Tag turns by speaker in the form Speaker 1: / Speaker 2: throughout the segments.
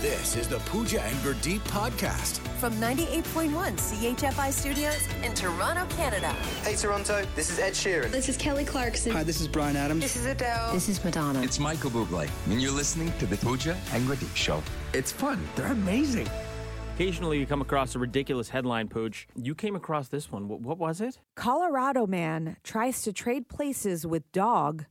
Speaker 1: This is the Pooja and Gurdeep podcast.
Speaker 2: from 98.1 CHFI Studios in Toronto, Canada.
Speaker 3: Hey Toronto, this is Ed Sheeran.
Speaker 4: This is Kelly Clarkson.
Speaker 5: Hi, this is Brian Adams.
Speaker 2: This is Adele. This is Madonna.
Speaker 6: It's Michael Bublé, and you're listening to the Pooja and Gurdeep Show. It's fun. They're amazing.
Speaker 7: Occasionally, you come across a ridiculous headline, Pooch. You came across this one. What, what was it?
Speaker 8: Colorado man tries to trade places with dog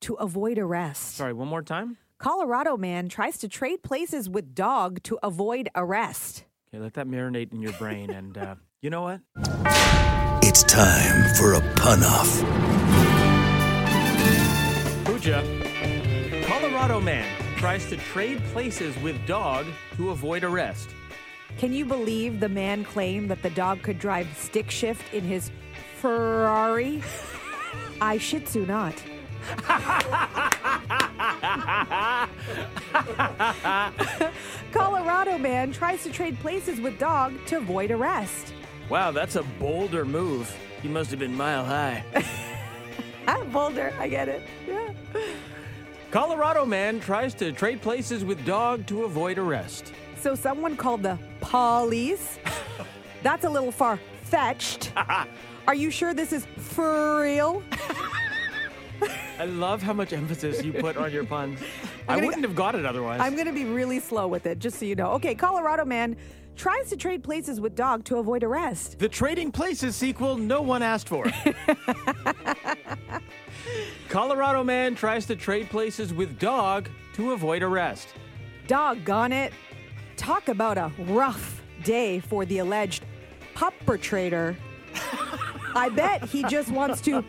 Speaker 8: to avoid arrest.
Speaker 7: Sorry, one more time.
Speaker 8: Colorado man tries to trade places with dog to avoid arrest.
Speaker 7: Okay, let that marinate in your brain. And uh, you know what?
Speaker 1: It's time for a pun off.
Speaker 7: Pooja, Colorado man tries to trade places with dog to avoid arrest.
Speaker 8: Can you believe the man claimed that the dog could drive stick shift in his Ferrari? I shih tzu not. Colorado man tries to trade places with dog to avoid arrest.
Speaker 7: Wow, that's a bolder move. He must have been mile high.
Speaker 8: I'm Boulder. I get it. Yeah.
Speaker 7: Colorado man tries to trade places with dog to avoid arrest.
Speaker 8: So someone called the police. That's a little far fetched. Are you sure this is for real?
Speaker 7: I love how much emphasis you put on your puns. I
Speaker 8: gonna-
Speaker 7: wouldn't have got it otherwise.
Speaker 8: I'm going to be really slow with it, just so you know. Okay, Colorado man tries to trade places with dog to avoid arrest.
Speaker 7: The Trading Places sequel no one asked for. Colorado man tries to trade places with dog to avoid arrest.
Speaker 8: Doggone it. Talk about a rough day for the alleged perpetrator. I bet he just wants to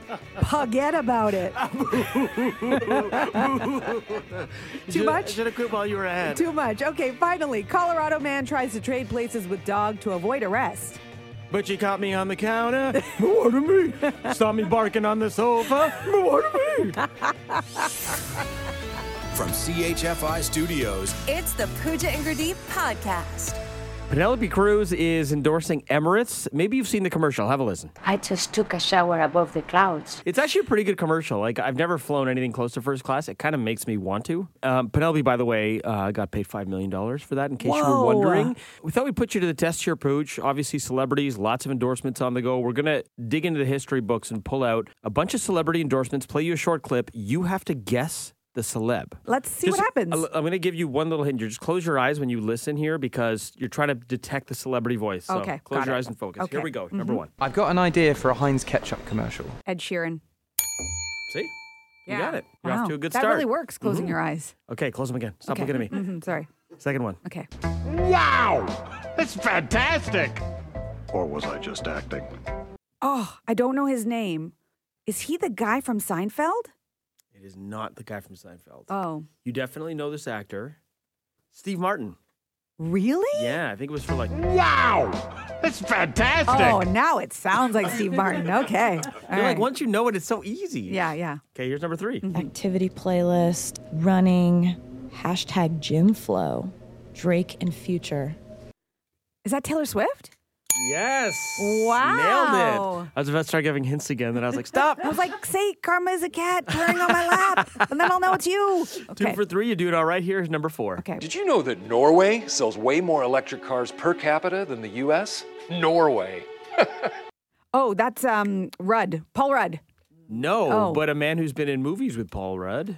Speaker 8: forget about it. Too much?
Speaker 7: have quit while you were ahead.
Speaker 8: Too much. Okay, finally, Colorado man tries to trade places with dog to avoid arrest.
Speaker 7: But you caught me on the counter. What of me? Saw me barking on the sofa. What of me?
Speaker 1: From CHFI Studios,
Speaker 2: It's the Pooja and Gurdeep podcast.
Speaker 7: Penelope Cruz is endorsing Emirates. Maybe you've seen the commercial. Have a listen.
Speaker 9: I just took a shower above the clouds.
Speaker 7: It's actually a pretty good commercial. Like I've never flown anything close to first class. It kind of makes me want to. Um, Penelope, by the way, uh, got paid five million dollars for that. In case you were
Speaker 8: Whoa.
Speaker 7: wondering, we thought we'd put you to the test here, Pooch. Obviously, celebrities, lots of endorsements on the go. We're gonna dig into the history books and pull out a bunch of celebrity endorsements. Play you a short clip. You have to guess the celeb.
Speaker 8: Let's see
Speaker 7: Just-
Speaker 8: what happens.
Speaker 7: I'll- I'm going to give you one little hint. You just close your eyes when you listen here because you're trying to detect the celebrity voice. So
Speaker 8: Okay,
Speaker 7: Close
Speaker 8: got
Speaker 7: your
Speaker 8: it.
Speaker 7: eyes and focus. Here
Speaker 8: Okay. Mm-hmm.
Speaker 7: we go. Number one.
Speaker 3: I've got an idea for a Heinz ketchup commercial.
Speaker 8: Ed Sheeran.
Speaker 7: See? You got it. You're
Speaker 8: Wow.
Speaker 7: off to a good
Speaker 8: that
Speaker 7: start. Mm-hmm.
Speaker 8: really works, closing your eyes.
Speaker 7: Okay, close them again. Stop
Speaker 8: Okay.
Speaker 7: looking at me.
Speaker 8: Mhm, sorry.
Speaker 7: Second one.
Speaker 8: Okay.
Speaker 10: Or was I just acting?
Speaker 8: Oh, I don't know his name. Is he the guy from Seinfeld?
Speaker 7: It is not the guy from Seinfeld.
Speaker 8: Oh,
Speaker 7: you definitely know this actor, Steve Martin.
Speaker 8: really?
Speaker 7: Yeah, I think it was for like.
Speaker 8: Oh, now it sounds like Steve Martin. Okay. All
Speaker 7: You're
Speaker 8: right.
Speaker 7: like once you know it, it's so easy.
Speaker 8: yeah, yeah.
Speaker 7: Okay, here's number three.
Speaker 11: activity playlist, running, hashtag gym flow, Drake and Future.
Speaker 8: Is that Taylor Swift?
Speaker 7: Yes. Nailed
Speaker 8: Wow.
Speaker 7: it. I was about to start giving hints again, then I was like, stop.
Speaker 8: I was like, say karma is a cat purring on my lap, and then I'll know it's you.
Speaker 7: Two
Speaker 8: Okay.
Speaker 7: for three, you do it all right. Here's number four.
Speaker 8: Okay.
Speaker 10: Did you know that Norway sells way more electric cars per capita than the US? Norway.
Speaker 8: Oh, that's um Rudd, Paul Rudd,
Speaker 7: No,
Speaker 8: Oh.
Speaker 7: but a man who's been in movies with Paul Rudd,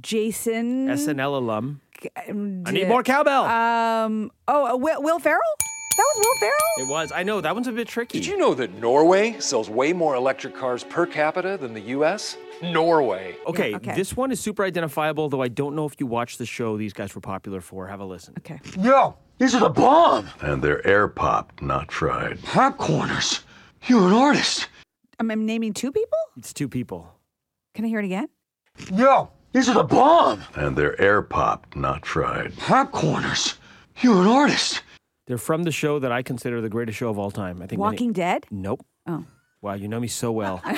Speaker 8: Jason.
Speaker 7: SNL alum.
Speaker 8: and,
Speaker 7: I need more cowbell.
Speaker 8: Um. Oh, uh, Will, Will Ferrell. That was Will Ferrell.
Speaker 7: it was. I know that one's a bit tricky.
Speaker 10: Did you know that Norway sells way more electric cars per capita than the US? Norway.
Speaker 7: Okay,
Speaker 8: okay.
Speaker 7: this one is super identifiable, though I don't know if you watched the show these guys were popular for. Have a listen.
Speaker 8: Okay.
Speaker 10: Yo, these are the bomb!
Speaker 6: And they're air popped, not fried.
Speaker 10: Popcorners! You're an artist!
Speaker 8: I'm, I'm naming two people.
Speaker 7: It's two people.
Speaker 8: Can I hear it again?
Speaker 10: Yo, these are the bomb!
Speaker 6: And they're air popped, not fried.
Speaker 10: Popcorners! You're an artist!
Speaker 7: They're from the show that I consider the greatest show of all time. I think. many-
Speaker 8: Walking Dead.
Speaker 7: nope.
Speaker 8: Oh.
Speaker 7: Wow, you know me so well.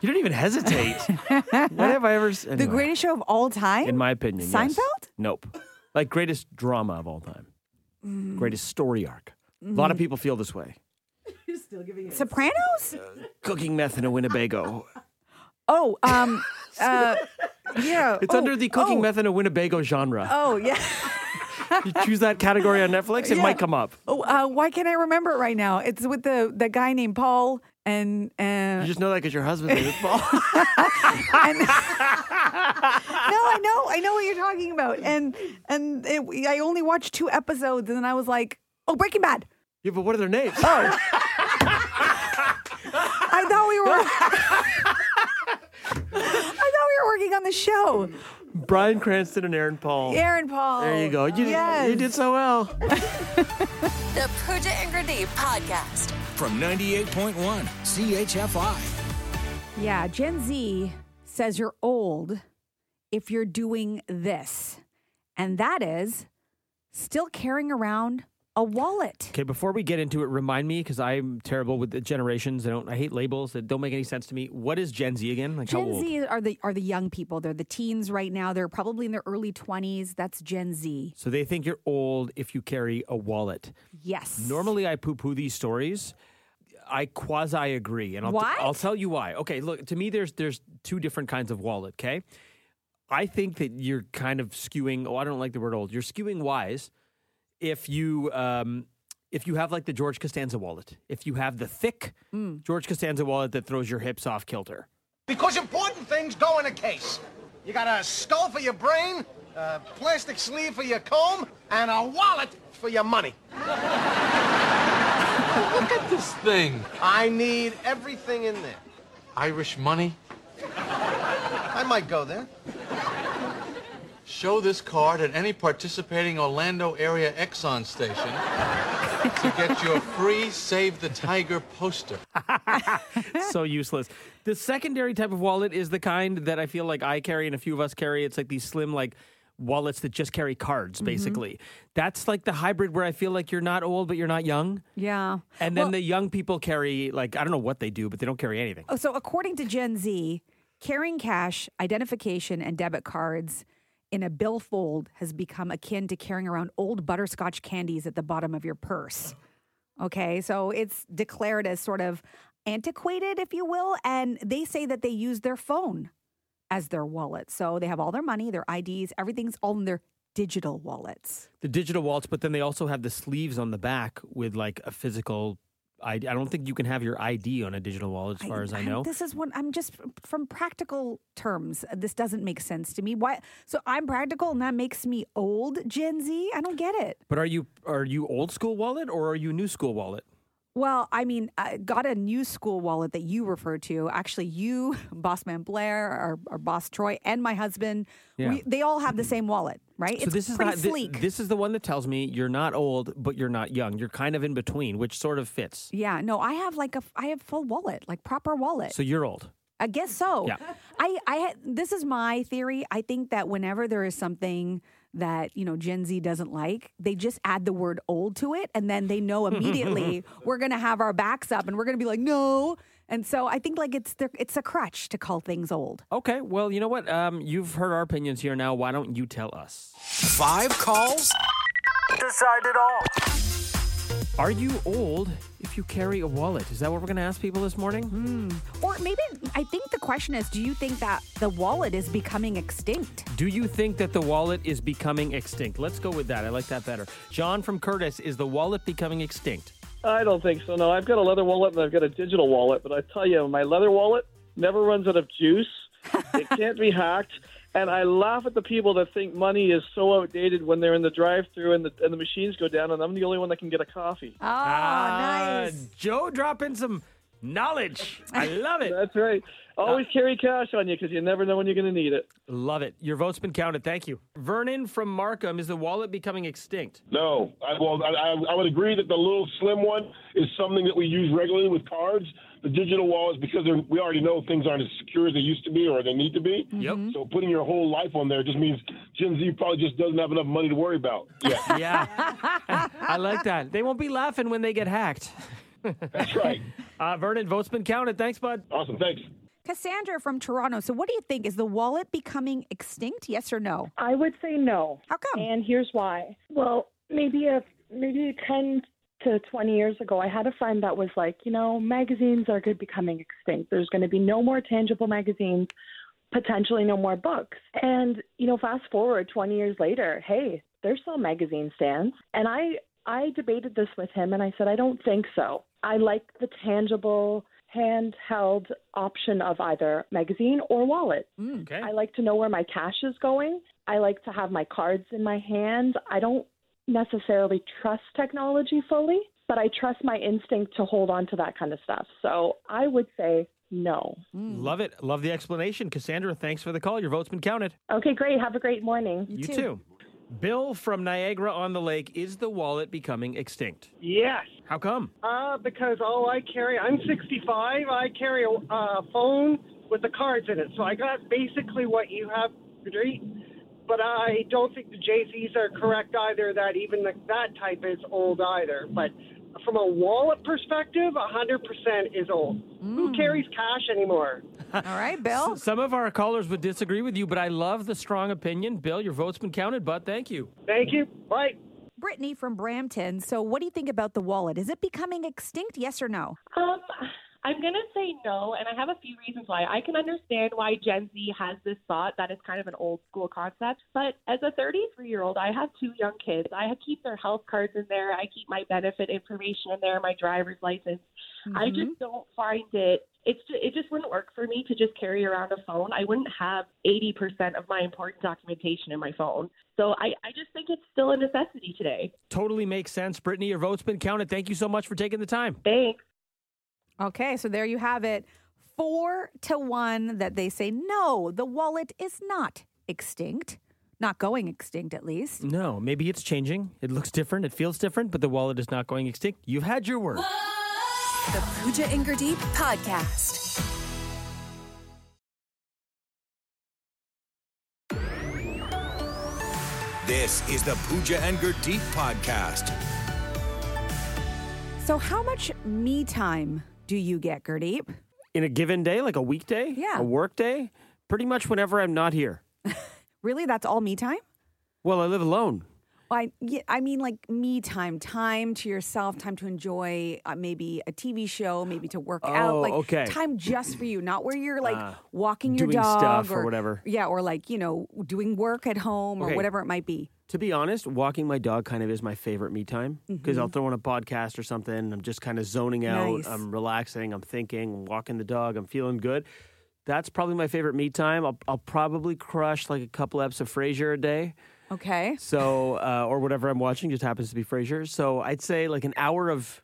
Speaker 7: you don't even hesitate. what have I ever? s-
Speaker 8: The
Speaker 7: anyway,
Speaker 8: greatest show of all time.
Speaker 7: in my opinion, yes.
Speaker 8: Seinfeld?
Speaker 7: Nope. Like greatest drama of all time.
Speaker 8: Mm.
Speaker 7: Greatest story arc. A lot of people feel this way.
Speaker 8: Sopranos.
Speaker 7: Cooking meth in a Winnebago.
Speaker 8: Oh. Um. uh, yeah.
Speaker 7: It's
Speaker 8: oh,
Speaker 7: under the cooking
Speaker 8: oh,
Speaker 7: meth in a Winnebago genre.
Speaker 8: Oh yeah.
Speaker 7: you choose that category on Netflix, it
Speaker 8: Yeah.
Speaker 7: might come up.
Speaker 8: Oh, uh, why can't I remember it right now? It's with the the guy named Paul and
Speaker 7: You
Speaker 8: and,
Speaker 7: just know that because your husband's in it. Paul.
Speaker 8: and no, I know, I know what you're talking about. And and it, I only watched two episodes, and then I was like, oh, Breaking Bad.
Speaker 7: yeah, but what are their names?
Speaker 8: Oh. I thought we were. I thought we were working on the show.
Speaker 7: Brian Cranston and Aaron Paul.
Speaker 8: Aaron Paul.
Speaker 7: Oh, There you go. You, did-
Speaker 8: yes.
Speaker 7: you did so well.
Speaker 2: The Pooja and Grenade Podcast.
Speaker 1: From 98.1 CHFI.
Speaker 8: Yeah, Gen Z says you're old if you're doing this, and that is still carrying around a wallet.
Speaker 7: Okay, before we get into it, remind me because I'm terrible with the generations. I don't. I hate labels that don't make any sense to me. What is Gen Z again? Like how
Speaker 8: Gen
Speaker 7: old?
Speaker 8: Z are the are the young people. They're the teens right now. They're probably in their early twenties. That's Gen Z.
Speaker 7: So they think you're old if you carry a wallet.
Speaker 8: Yes.
Speaker 7: Normally, I poo poo these stories. I quasi agree, and I'll,
Speaker 8: What?
Speaker 7: I'll tell you why. Okay, look to me. There's there's two different kinds of wallet. Okay, I think that you're kind of skewing. Oh, I don't like the word old. You're skewing wise if you um, if you have like the George Costanza wallet. If you have the thick
Speaker 8: Mm.
Speaker 7: George Costanza wallet that throws your hips off kilter.
Speaker 4: Because important things go in a case. You got a skull for your brain, a plastic sleeve for your comb, and a wallet for your money.
Speaker 10: Look at this thing.
Speaker 4: I need everything in there.
Speaker 10: Irish money.
Speaker 4: I might go there.
Speaker 10: Show this card at any participating Orlando area Exxon station to get your free Save the Tiger poster.
Speaker 7: so useless. The secondary type of wallet is the kind that I feel like I carry and a few of us carry. It's like these slim, like wallets that just carry cards,
Speaker 8: Mm-hmm.
Speaker 7: basically. That's like the hybrid where I feel like you're not old, but you're not young.
Speaker 8: Yeah.
Speaker 7: And then
Speaker 8: Well-
Speaker 7: the young people carry, like, I don't know what they do, but they don't carry anything.
Speaker 8: Oh, so according to Gen Z, carrying cash, identification, and debit cards in a billfold has become akin to carrying around old butterscotch candies at the bottom of your purse. Okay, so it's declared as sort of antiquated, if you will, and they say that they use their phone as their wallet. So they have all their money, their IDs, everything's all in their digital wallets.
Speaker 7: The digital wallets, but then they also have the sleeves on the back with like a physical. I, I don't think you can have your ID on a digital wallet, as far as I
Speaker 8: I'm-
Speaker 7: know.
Speaker 8: This is what I'm just from practical terms. uh, This doesn't make sense to me. Why? So I'm practical, and that makes me old Gen Z. I don't get it.
Speaker 7: But are you are you old school wallet or are you new school wallet?
Speaker 8: Well, I mean, I got a new school wallet that you refer to. Actually, you, Boss Man Blair, our, our boss Troy, and my husband,
Speaker 7: Yeah.
Speaker 8: we, they all have the same wallet, right?
Speaker 7: So
Speaker 8: it's
Speaker 7: this is
Speaker 8: pretty
Speaker 7: not, thi-
Speaker 8: sleek.
Speaker 7: this is the one that tells me you're not old, but you're not young. You're kind of in between, which sort of fits.
Speaker 8: yeah, no, I have like a, f- I have full wallet, like proper wallet.
Speaker 7: So you're old.
Speaker 8: I guess so.
Speaker 7: Yeah.
Speaker 8: I, I had this is my theory. I think that whenever there is something that you know Gen Z doesn't like, they just add the word old to it, and then they know immediately we're gonna have our backs up, and we're gonna be like no. And so I think like it's their, it's a crutch to call things old.
Speaker 7: Okay. Well, you know what? Um, you've heard our opinions here now. Why don't you tell us?
Speaker 1: Five calls?
Speaker 7: Are you old if you carry a wallet? Is that what we're going to ask people this morning?
Speaker 8: Mm-hmm. Or maybe I think the question is, do you think that the wallet is becoming extinct?
Speaker 7: Do you think that the wallet is becoming extinct? Let's go with that. I like that better. John from Curtis, is the wallet becoming extinct?
Speaker 5: I don't think so. No, I've got a leather wallet and I've got a digital wallet, but I tell you, my leather wallet never runs out of juice. it can't be hacked. And I laugh at the people that think money is so outdated when they're in the drive-through and the, and the machines go down, and I'm the only one that can get a coffee.
Speaker 8: Oh,
Speaker 7: Ah,
Speaker 8: nice.
Speaker 7: Joe dropping some knowledge. I love it.
Speaker 5: That's right. Always
Speaker 11: Uh,
Speaker 5: carry cash on you because you never know when you're going to need it.
Speaker 7: Love it. Your vote's been counted. Thank you. Vernon from Markham, is the wallet becoming extinct?
Speaker 4: No. I, well, I, I- I would agree that the little slim one is something that we use regularly with cards. The digital wallets, because they're- we already know things aren't as secure as they used to be or they need to be.
Speaker 7: Yep.
Speaker 4: So putting your whole life on there just means Gen Z probably just doesn't have enough money to worry about. Yeah,
Speaker 7: Yeah. I like that. They won't be laughing when they get hacked.
Speaker 4: that's right.
Speaker 7: Uh, Vernon, vote's been counted. Thanks, bud.
Speaker 12: Oh,
Speaker 4: Awesome. Thanks.
Speaker 7: Ah,
Speaker 8: Cassandra from Toronto. So, what do you think? Is the wallet becoming extinct? Yes or no?
Speaker 5: I would say no.
Speaker 8: How come?
Speaker 5: And here's why. Well, maybe a maybe 10 to 20 years ago, I had a friend that was like, you know, magazines are good becoming extinct. There's going to be no more tangible magazines, potentially no more books. And, you know, fast forward 20 years later, hey,
Speaker 13: They're still magazine stands. And I I debated this with him and I said I don't think so. I like the tangible handheld option of either magazine or wallet.
Speaker 7: Mm.
Speaker 13: I like to know where my cash is going. I like to have my cards in my hand. I don't necessarily trust technology fully, but I trust my instinct to hold on to that kind of stuff. So I would say no.
Speaker 7: Love it. Love the explanation. Cassandra, thanks for the call. Your vote's been counted.
Speaker 13: Okay, great. Have a great morning.
Speaker 7: You, too. Bill from Niagara on the Lake, is the wallet becoming extinct?
Speaker 14: Yes.
Speaker 7: How come?
Speaker 14: Uh, because all I carry, I'm 65. I carry a uh, phone with the cards in it, so I got basically what you have, Patrice. But I don't think the Jay Z's are correct either. That even the, that type is old either. But from a wallet perspective, 100% is old.
Speaker 15: Mm.
Speaker 14: Who carries cash anymore?
Speaker 7: All
Speaker 8: right, Bill.
Speaker 7: Some of our callers would disagree with you, but I love the strong opinion. Bill, your vote's been counted, but thank you.
Speaker 14: Thank you. Bye.
Speaker 8: Brittany from Brampton. So, what do you think about the wallet? Is it becoming extinct? Yes or no?
Speaker 12: Um, I'm going to say no, and I have a few reasons why. I can understand why Gen Z has this thought that it's kind of an old school concept, but as a 33 year old, I have two young kids. I keep their health cards in there, I keep my benefit information in there, my driver's license. I
Speaker 16: Mhm.
Speaker 15: Mm-hmm.
Speaker 12: just don't find it. It's ju- it just wouldn't work for me to just carry around a phone. I wouldn't have 80% of my important documentation in my phone. So I, I just think it's still a necessity today.
Speaker 7: Totally makes sense. Brittany, your vote's been counted. Thank you so much for taking the time.
Speaker 12: Thanks.
Speaker 8: Okay, so there you have it. Four to one that they say no, the wallet is not extinct, not going extinct at least.
Speaker 7: No, maybe it's changing. It looks different. It feels different, but the wallet is not going extinct. You've had your word.
Speaker 2: The Pooja Ingerdeep Podcast.
Speaker 1: This is the Pooja and Gurdeep podcast.
Speaker 8: So, how much me time do you get, Gurdeep?
Speaker 7: In a given day, like a weekday,
Speaker 8: Yeah.
Speaker 7: a work day, pretty much whenever I'm not here.
Speaker 8: Really, that's all me time?
Speaker 7: Well, I live alone.
Speaker 8: I, yeah, I mean, like me time, time to yourself, time to enjoy uh, maybe a TV show, maybe to work out,
Speaker 7: Oh,
Speaker 8: like
Speaker 7: okay.
Speaker 8: time just for you, not where you're like
Speaker 7: Ah,
Speaker 8: walking your
Speaker 7: doing
Speaker 8: dog
Speaker 7: stuff or whatever.
Speaker 8: Yeah, or like you know doing work at home
Speaker 7: Okay.
Speaker 8: or whatever it might be.
Speaker 7: To be honest, walking my dog kind of is my favorite me time because I'll
Speaker 8: Mhm.
Speaker 7: throw on a podcast or something. I'm just kind of zoning out.
Speaker 8: Nice.
Speaker 7: I'm relaxing. I'm thinking. I'm walking the dog. I'm feeling good. That's probably my favorite me time. I'll, I'll probably crush like a couple eps of Frasier a day.
Speaker 8: Okay.
Speaker 7: So, uh, or whatever I'm watching just happens to be Frasier. So I'd say like an hour of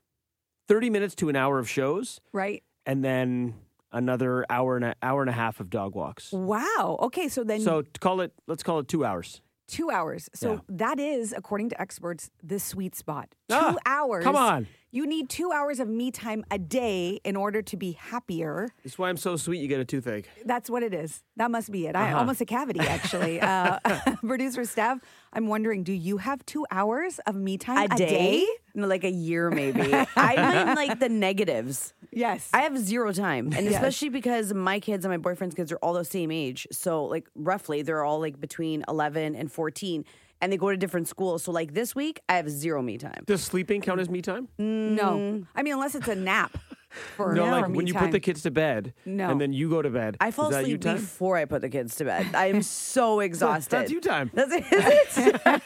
Speaker 7: 30 minutes to an hour of shows
Speaker 8: Right.
Speaker 7: and then another hour and a hour and a half of dog walks.
Speaker 8: Wow. Okay. So then
Speaker 7: So call it, let's call it two hours.
Speaker 8: two hours. So
Speaker 7: Yeah.
Speaker 8: that is, according to experts, the sweet spot. Two
Speaker 7: Ah,
Speaker 8: hours.
Speaker 7: come on.
Speaker 8: You need two hours of me time a day in order to be happier.
Speaker 7: That's why I'm so sweet. You get a toothache.
Speaker 8: That's what it is. That must be it. I
Speaker 7: Uh-huh.
Speaker 8: almost a cavity, actually. uh, producer Steph, I'm wondering, do you have two hours of me time a,
Speaker 15: A day? Like a year, maybe. I'm in like the negatives.
Speaker 8: Yes.
Speaker 15: I have zero time. And
Speaker 8: Yes.
Speaker 15: especially because my kids and my boyfriend's kids are all the same age. So, like, roughly, they're all like between 11 and 14, and they go to different schools. So, like, this week, I have zero me time.
Speaker 7: Does sleeping count as me time?
Speaker 15: Mm.
Speaker 8: No, I mean unless it's a nap. For
Speaker 7: no, like
Speaker 15: for
Speaker 7: when
Speaker 15: me
Speaker 7: you put the
Speaker 15: time.
Speaker 7: kids to bed
Speaker 15: No.
Speaker 7: and then you go to bed.
Speaker 15: I fall
Speaker 7: is that you
Speaker 15: asleep
Speaker 7: time?
Speaker 15: before I put the kids to bed. I am so exhausted.
Speaker 7: That's you time.
Speaker 15: That's it.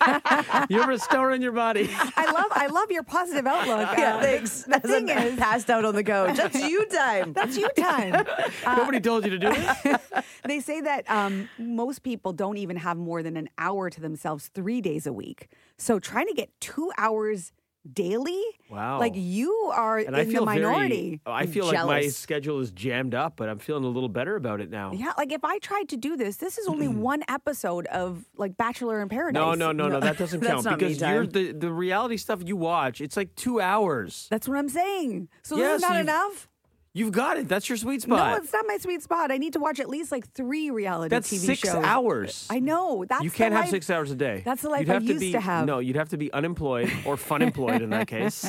Speaker 7: You're restoring your body.
Speaker 8: I love I love your positive outlook.
Speaker 15: Yeah,
Speaker 8: Uh,
Speaker 15: thanks.
Speaker 8: The thing
Speaker 15: As I'm
Speaker 8: is,
Speaker 15: passed out on the couch. That's you time.
Speaker 8: That's you time.
Speaker 7: Nobody told you to do this.
Speaker 8: They say that um, most people don't even have more than an hour to themselves three days a week. So trying to get two hours daily,
Speaker 7: Wow.
Speaker 8: like you are
Speaker 7: And
Speaker 8: in
Speaker 7: I feel
Speaker 8: the minority.
Speaker 7: Very, I feel like my schedule is jammed up, but I'm feeling a little better about it now.
Speaker 8: Yeah, like if I tried to do this, this is only one episode of like Bachelor in Paradise.
Speaker 7: No, no, no, no. That doesn't count because you're the, the reality stuff you watch. It's like two hours.
Speaker 8: That's what I'm saying. So
Speaker 7: Yeah,
Speaker 8: this is
Speaker 7: so
Speaker 8: not
Speaker 7: you've-
Speaker 8: enough.
Speaker 7: You've got it. That's your sweet
Speaker 8: No,
Speaker 7: spot.
Speaker 8: it's not my sweet spot. I need to watch at least like three reality
Speaker 7: That's
Speaker 8: TV
Speaker 7: six
Speaker 8: shows.
Speaker 7: hours.
Speaker 8: I know. That's
Speaker 7: you
Speaker 8: the
Speaker 7: can't have
Speaker 8: life-
Speaker 7: six hours a day.
Speaker 8: That's the life
Speaker 7: you'd
Speaker 8: I
Speaker 7: have to
Speaker 8: used
Speaker 7: be,
Speaker 8: to have.
Speaker 7: No, you'd have to be unemployed or fun employed in that case.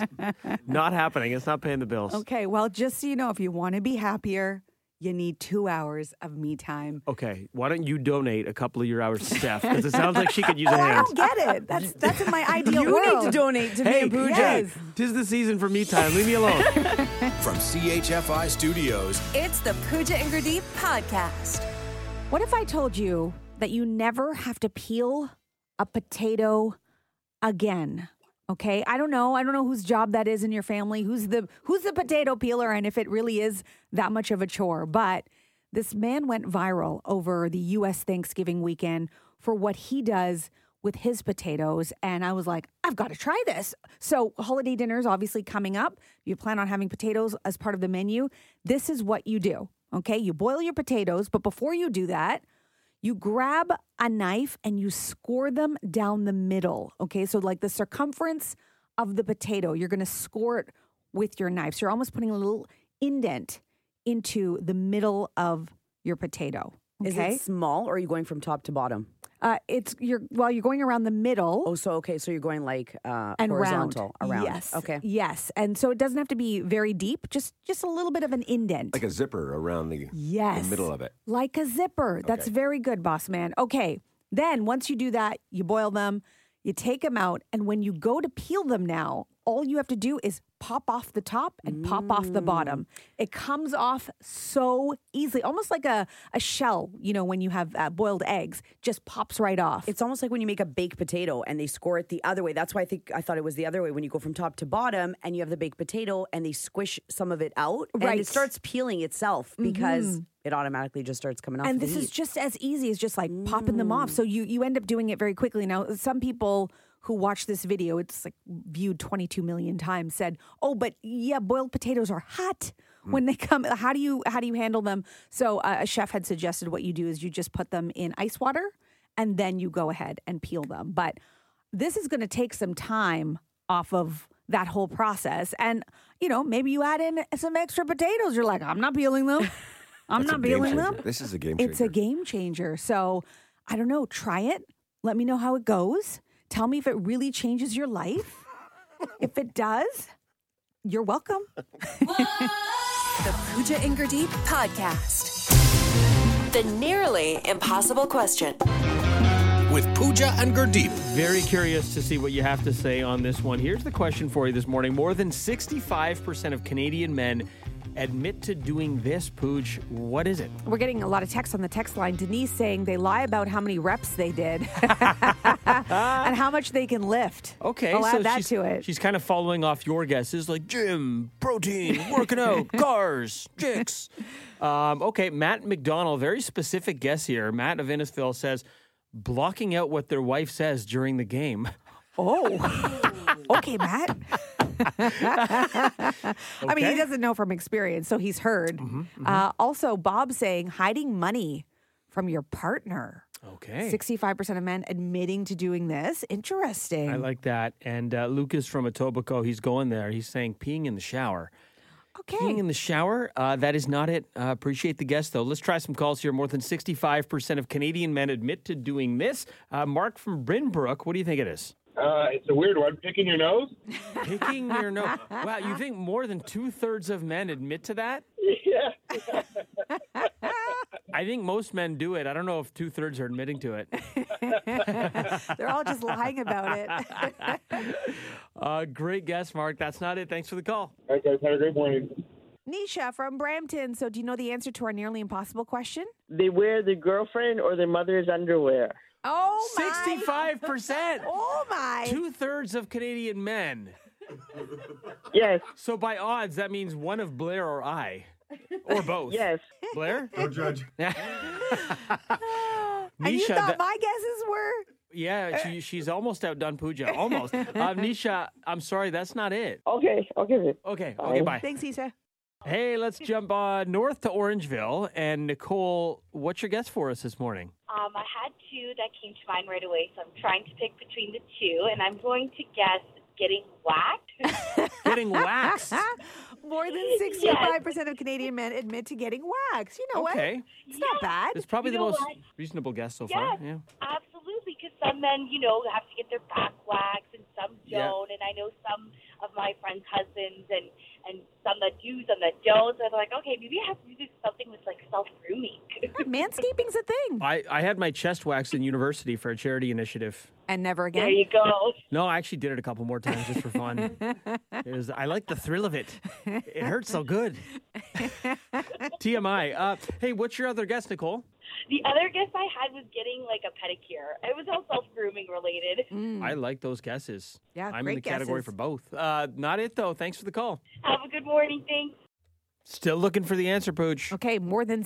Speaker 7: not happening. It's not paying the bills.
Speaker 8: Okay, well, just so you know, if you want to be happier, you need two hours of me time.
Speaker 7: Okay, why don't you donate a couple of your hours to Steph? Because it sounds like she could use
Speaker 8: oh, I
Speaker 7: a hand.
Speaker 8: don't get it. That's that's in my ideal
Speaker 15: You need to
Speaker 8: world.
Speaker 15: donate
Speaker 7: hey, Pooja, tis the season for me time. Leave me alone.
Speaker 1: From CHFI Studios,
Speaker 2: It's the Pooja Ingerdeep Podcast.
Speaker 8: What if I told you that you never have to peel a potato again. Okay? I don't know. I don't know whose job that is in your family, who's the who's the potato peeler and if it really is that much of a chore, but this man went viral over the US Thanksgiving weekend for what he does with his potatoes and I was like, I've got to try this. So, holiday dinner is obviously coming up. You plan on having potatoes as part of the menu. This is what you do. Okay? You boil your potatoes, but before you do that, you grab a knife and you score them down the middle. Okay, so like the circumference of the potato, you're gonna score it with your knife. So you're almost putting a little indent into the middle of your potato.
Speaker 15: Is
Speaker 8: Okay,
Speaker 15: it small or are you going from top to bottom?
Speaker 8: uh, it's you're well, you're going around the middle.
Speaker 15: Oh, so okay, so you're going like uh,
Speaker 8: and
Speaker 15: horizontal
Speaker 8: round.
Speaker 15: around.
Speaker 8: Yes.
Speaker 15: Okay.
Speaker 8: Yes, and so it doesn't have to be very deep. Just just a little bit of an indent.
Speaker 16: Like a zipper around the,
Speaker 8: Yes.
Speaker 16: the middle of it.
Speaker 8: Like a zipper. That's very good, boss man. Okay. Then once you do that, you boil them, you take them out, and when you go to peel them now, all you have to do is pop off the top and pop off the bottom.
Speaker 15: Mm.
Speaker 8: It comes off so easily, almost like a, a shell, you know, when you have uh, boiled eggs, just pops right off.
Speaker 15: It's almost like when you make a baked potato and they score it the other way. That's why I think I thought it was the other way when you go from top to bottom and you have the baked potato and they squish some of it out and
Speaker 8: Right.
Speaker 15: it starts peeling itself because
Speaker 8: Mhm.
Speaker 15: it automatically just starts coming off.
Speaker 8: and
Speaker 15: of the
Speaker 8: this is
Speaker 15: heat. Mm.
Speaker 8: just as easy as just like popping them off so you you end up doing it very quickly now some people who watch this video it's like viewed 22 million times said oh but yeah boiled potatoes are hot
Speaker 15: Mm.
Speaker 8: when they come how do you how do you handle them so uh, a chef had suggested what you do is you just put them in ice water and then you go ahead and peel them but this is going to take some time off of that whole process and you know maybe you add in some extra potatoes you're like i'm not peeling them i'm
Speaker 16: That's a
Speaker 8: not
Speaker 16: game
Speaker 8: peeling
Speaker 16: changer.
Speaker 8: them
Speaker 16: This is a game
Speaker 8: it's a game changer. So I don't know. Try it. Let me know how it goes. Tell me if it really changes your life. if it does, you're welcome.
Speaker 2: The Pooja Ingerdeep Podcast. The nearly impossible question.
Speaker 7: With Pooja and Gurdeep. Very curious to see what you have to say on this one. Here's the question for you this morning. More than 65% of Canadian men admit to doing this, Pooj. What is it?
Speaker 8: We're getting a lot of texts on the text line. Denise saying they lie about how many reps they did and how much they can lift.
Speaker 7: Okay,
Speaker 8: I'll
Speaker 7: so
Speaker 8: add that
Speaker 7: she's-
Speaker 8: to it.
Speaker 7: She's kind of following off your guesses, like gym, protein, working out, cars, chicks. Um, okay, Matt McDonald, very specific guess here. Matt of Innisfil says blocking out what their wife says during the game.
Speaker 8: Oh, okay, Matt. I mean, he
Speaker 7: Okay. Mm-hmm,
Speaker 8: doesn't know from experience, so he's heard. Uh, also, Bob saying hiding money from your partner.
Speaker 7: Okay.
Speaker 8: 65% of men admitting to doing this. Interesting.
Speaker 7: I like that. And uh, Lucas from Etobicoke, he's going there. He's saying peeing in the shower.
Speaker 8: Okay.
Speaker 7: Peeing in the shower, uh, that is not it. Uh, appreciate the guess, though. Let's try some calls here. More than 65% of Canadian men admit to doing this. Uh, Mark from Brinbrook, what do you think it is?
Speaker 4: Uh, it's a weird one. Picking your nose?
Speaker 7: Picking your nose. Wow, you think more than two thirds of men admit to that?
Speaker 4: Yeah.
Speaker 7: I think most men do it. I don't know if two thirds are admitting to it.
Speaker 8: They're all just lying about it.
Speaker 7: Uh, great guess, Mark. That's not it. Thanks for the call.
Speaker 4: All right, guys. Have a great morning.
Speaker 8: Nisha from Brampton. So, do you know the answer to our nearly impossible question?
Speaker 17: They wear the girlfriend or their mother's underwear.
Speaker 8: Oh, my.
Speaker 7: 65%.
Speaker 8: Oh, my.
Speaker 7: Two thirds of Canadian men.
Speaker 17: Yes.
Speaker 7: So by odds, that means one of Blair or I, or both.
Speaker 17: Yes.
Speaker 7: Blair?
Speaker 17: No judge.
Speaker 8: and you
Speaker 7: Nisha,
Speaker 8: thought
Speaker 7: that-
Speaker 8: my guesses were?
Speaker 7: Yeah, she, she's almost outdone Pooja. Almost. uh, Nisha, I'm sorry, that's not it.
Speaker 17: Okay, I'll give it.
Speaker 7: Okay, okay, bye.
Speaker 8: Thanks, Nisha.
Speaker 7: Hey, let's jump on north to Orangeville. And Nicole, what's your guess for us this morning?
Speaker 18: Um, I had two that came to mind right away, so I'm trying to pick between the two, and I'm going to guess getting whacked.
Speaker 7: Getting waxed.
Speaker 8: More than 65% of Canadian men admit to getting waxed. You know
Speaker 7: Okay.
Speaker 8: what? It's not bad.
Speaker 7: It's probably
Speaker 18: You
Speaker 7: the
Speaker 18: know
Speaker 7: most
Speaker 18: what?
Speaker 7: reasonable guess so
Speaker 18: yes,
Speaker 7: far. Yeah.
Speaker 18: absolutely, because some men, you know, have to get their back waxed, and some
Speaker 7: Yeah.
Speaker 18: don't. And I know some of my friends' husbands, and and some that do, some that don't. So I'm like, okay, maybe I have to do something with like self grooming.
Speaker 8: Manscaping's a thing.
Speaker 7: I, I had my chest waxed in university for a charity initiative.
Speaker 8: And never again.
Speaker 18: There you go.
Speaker 7: No, I actually did it a couple more times just for fun. it was, I like the thrill of it. It hurts so good. TMI. Uh, hey, what's your other guess, Nicole?
Speaker 19: The other gift I had was getting like a pedicure. It was all self grooming related.
Speaker 7: I like those guesses.
Speaker 19: Mm. Yeah,
Speaker 7: I'm in
Speaker 19: great
Speaker 7: the category
Speaker 19: guesses.
Speaker 7: for both. Uh, not it though. Thanks for the call.
Speaker 19: Have a good morning. Thanks.
Speaker 7: Still looking for the answer, Pooch.
Speaker 8: Okay, more than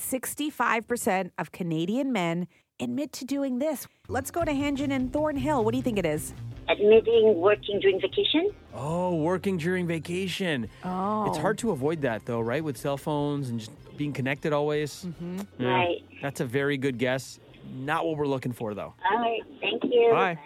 Speaker 8: 65% of Canadian men admit to doing this. Let's go to Hanjin and Thornhill. What do you think it is?
Speaker 20: Admitting working during vacation?
Speaker 7: Oh, working during vacation.
Speaker 20: Oh.
Speaker 7: It's hard to avoid that though, right? With cell phones and just being connected always. Mm-hmm.
Speaker 20: Right.
Speaker 7: That's a very good guess. Not what we're looking for though.
Speaker 20: All right. Thank you.
Speaker 7: Bye.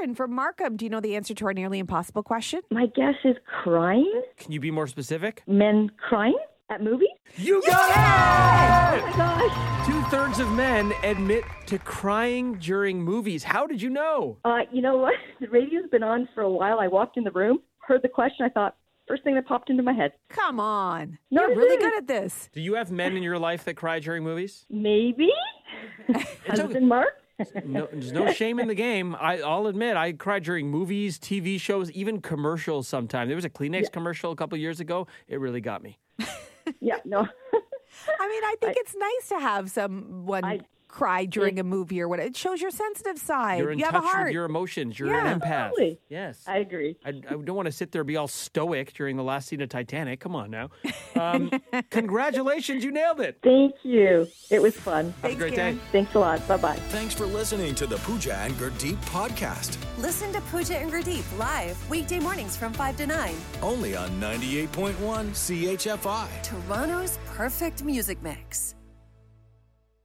Speaker 8: Karen from Markham, do you know the answer to our nearly impossible question?
Speaker 12: My guess is crying.
Speaker 7: Can you be more specific?
Speaker 12: Men crying at movies?
Speaker 7: You got
Speaker 18: Oh
Speaker 7: it! Two thirds of men admit to crying during movies. How did you know?
Speaker 12: Uh, you know what? The radio's been on for a while. I walked in the room, heard the question. I thought, first thing that popped into my head.
Speaker 8: Come on.
Speaker 12: No,
Speaker 8: You're really good at this.
Speaker 7: Do you have men in your life that cry during movies?
Speaker 12: Maybe. Husband Mark?
Speaker 7: No, there's no shame in the game. I, I'll admit, I cry during movies, TV shows, even commercials. Sometimes there was a Kleenex commercial a couple years ago. It really got me.
Speaker 12: yeah, no.
Speaker 8: I mean, I think it's nice to have someone cry during a movie or whatever. It shows your sensitive side.
Speaker 7: You're in
Speaker 8: you have
Speaker 7: touch
Speaker 8: a heart.
Speaker 7: with your emotions. You're
Speaker 8: Yeah.
Speaker 7: an empath.
Speaker 8: Absolutely.
Speaker 7: Yes.
Speaker 12: I agree.
Speaker 7: I, I don't want to sit there and be all stoic during the last scene of Titanic. Come on now. Um, congratulations, you nailed it.
Speaker 12: Thank you. It was fun.
Speaker 7: Have a great day.
Speaker 12: Thanks a lot. Bye bye.
Speaker 1: Thanks for listening to the Pooja and Gurdeep podcast,
Speaker 15: Listen to Pooja and Gurdeep live weekday mornings from 5 to 9.
Speaker 1: only on 98.1 CHFI.
Speaker 15: Toronto's perfect music mix.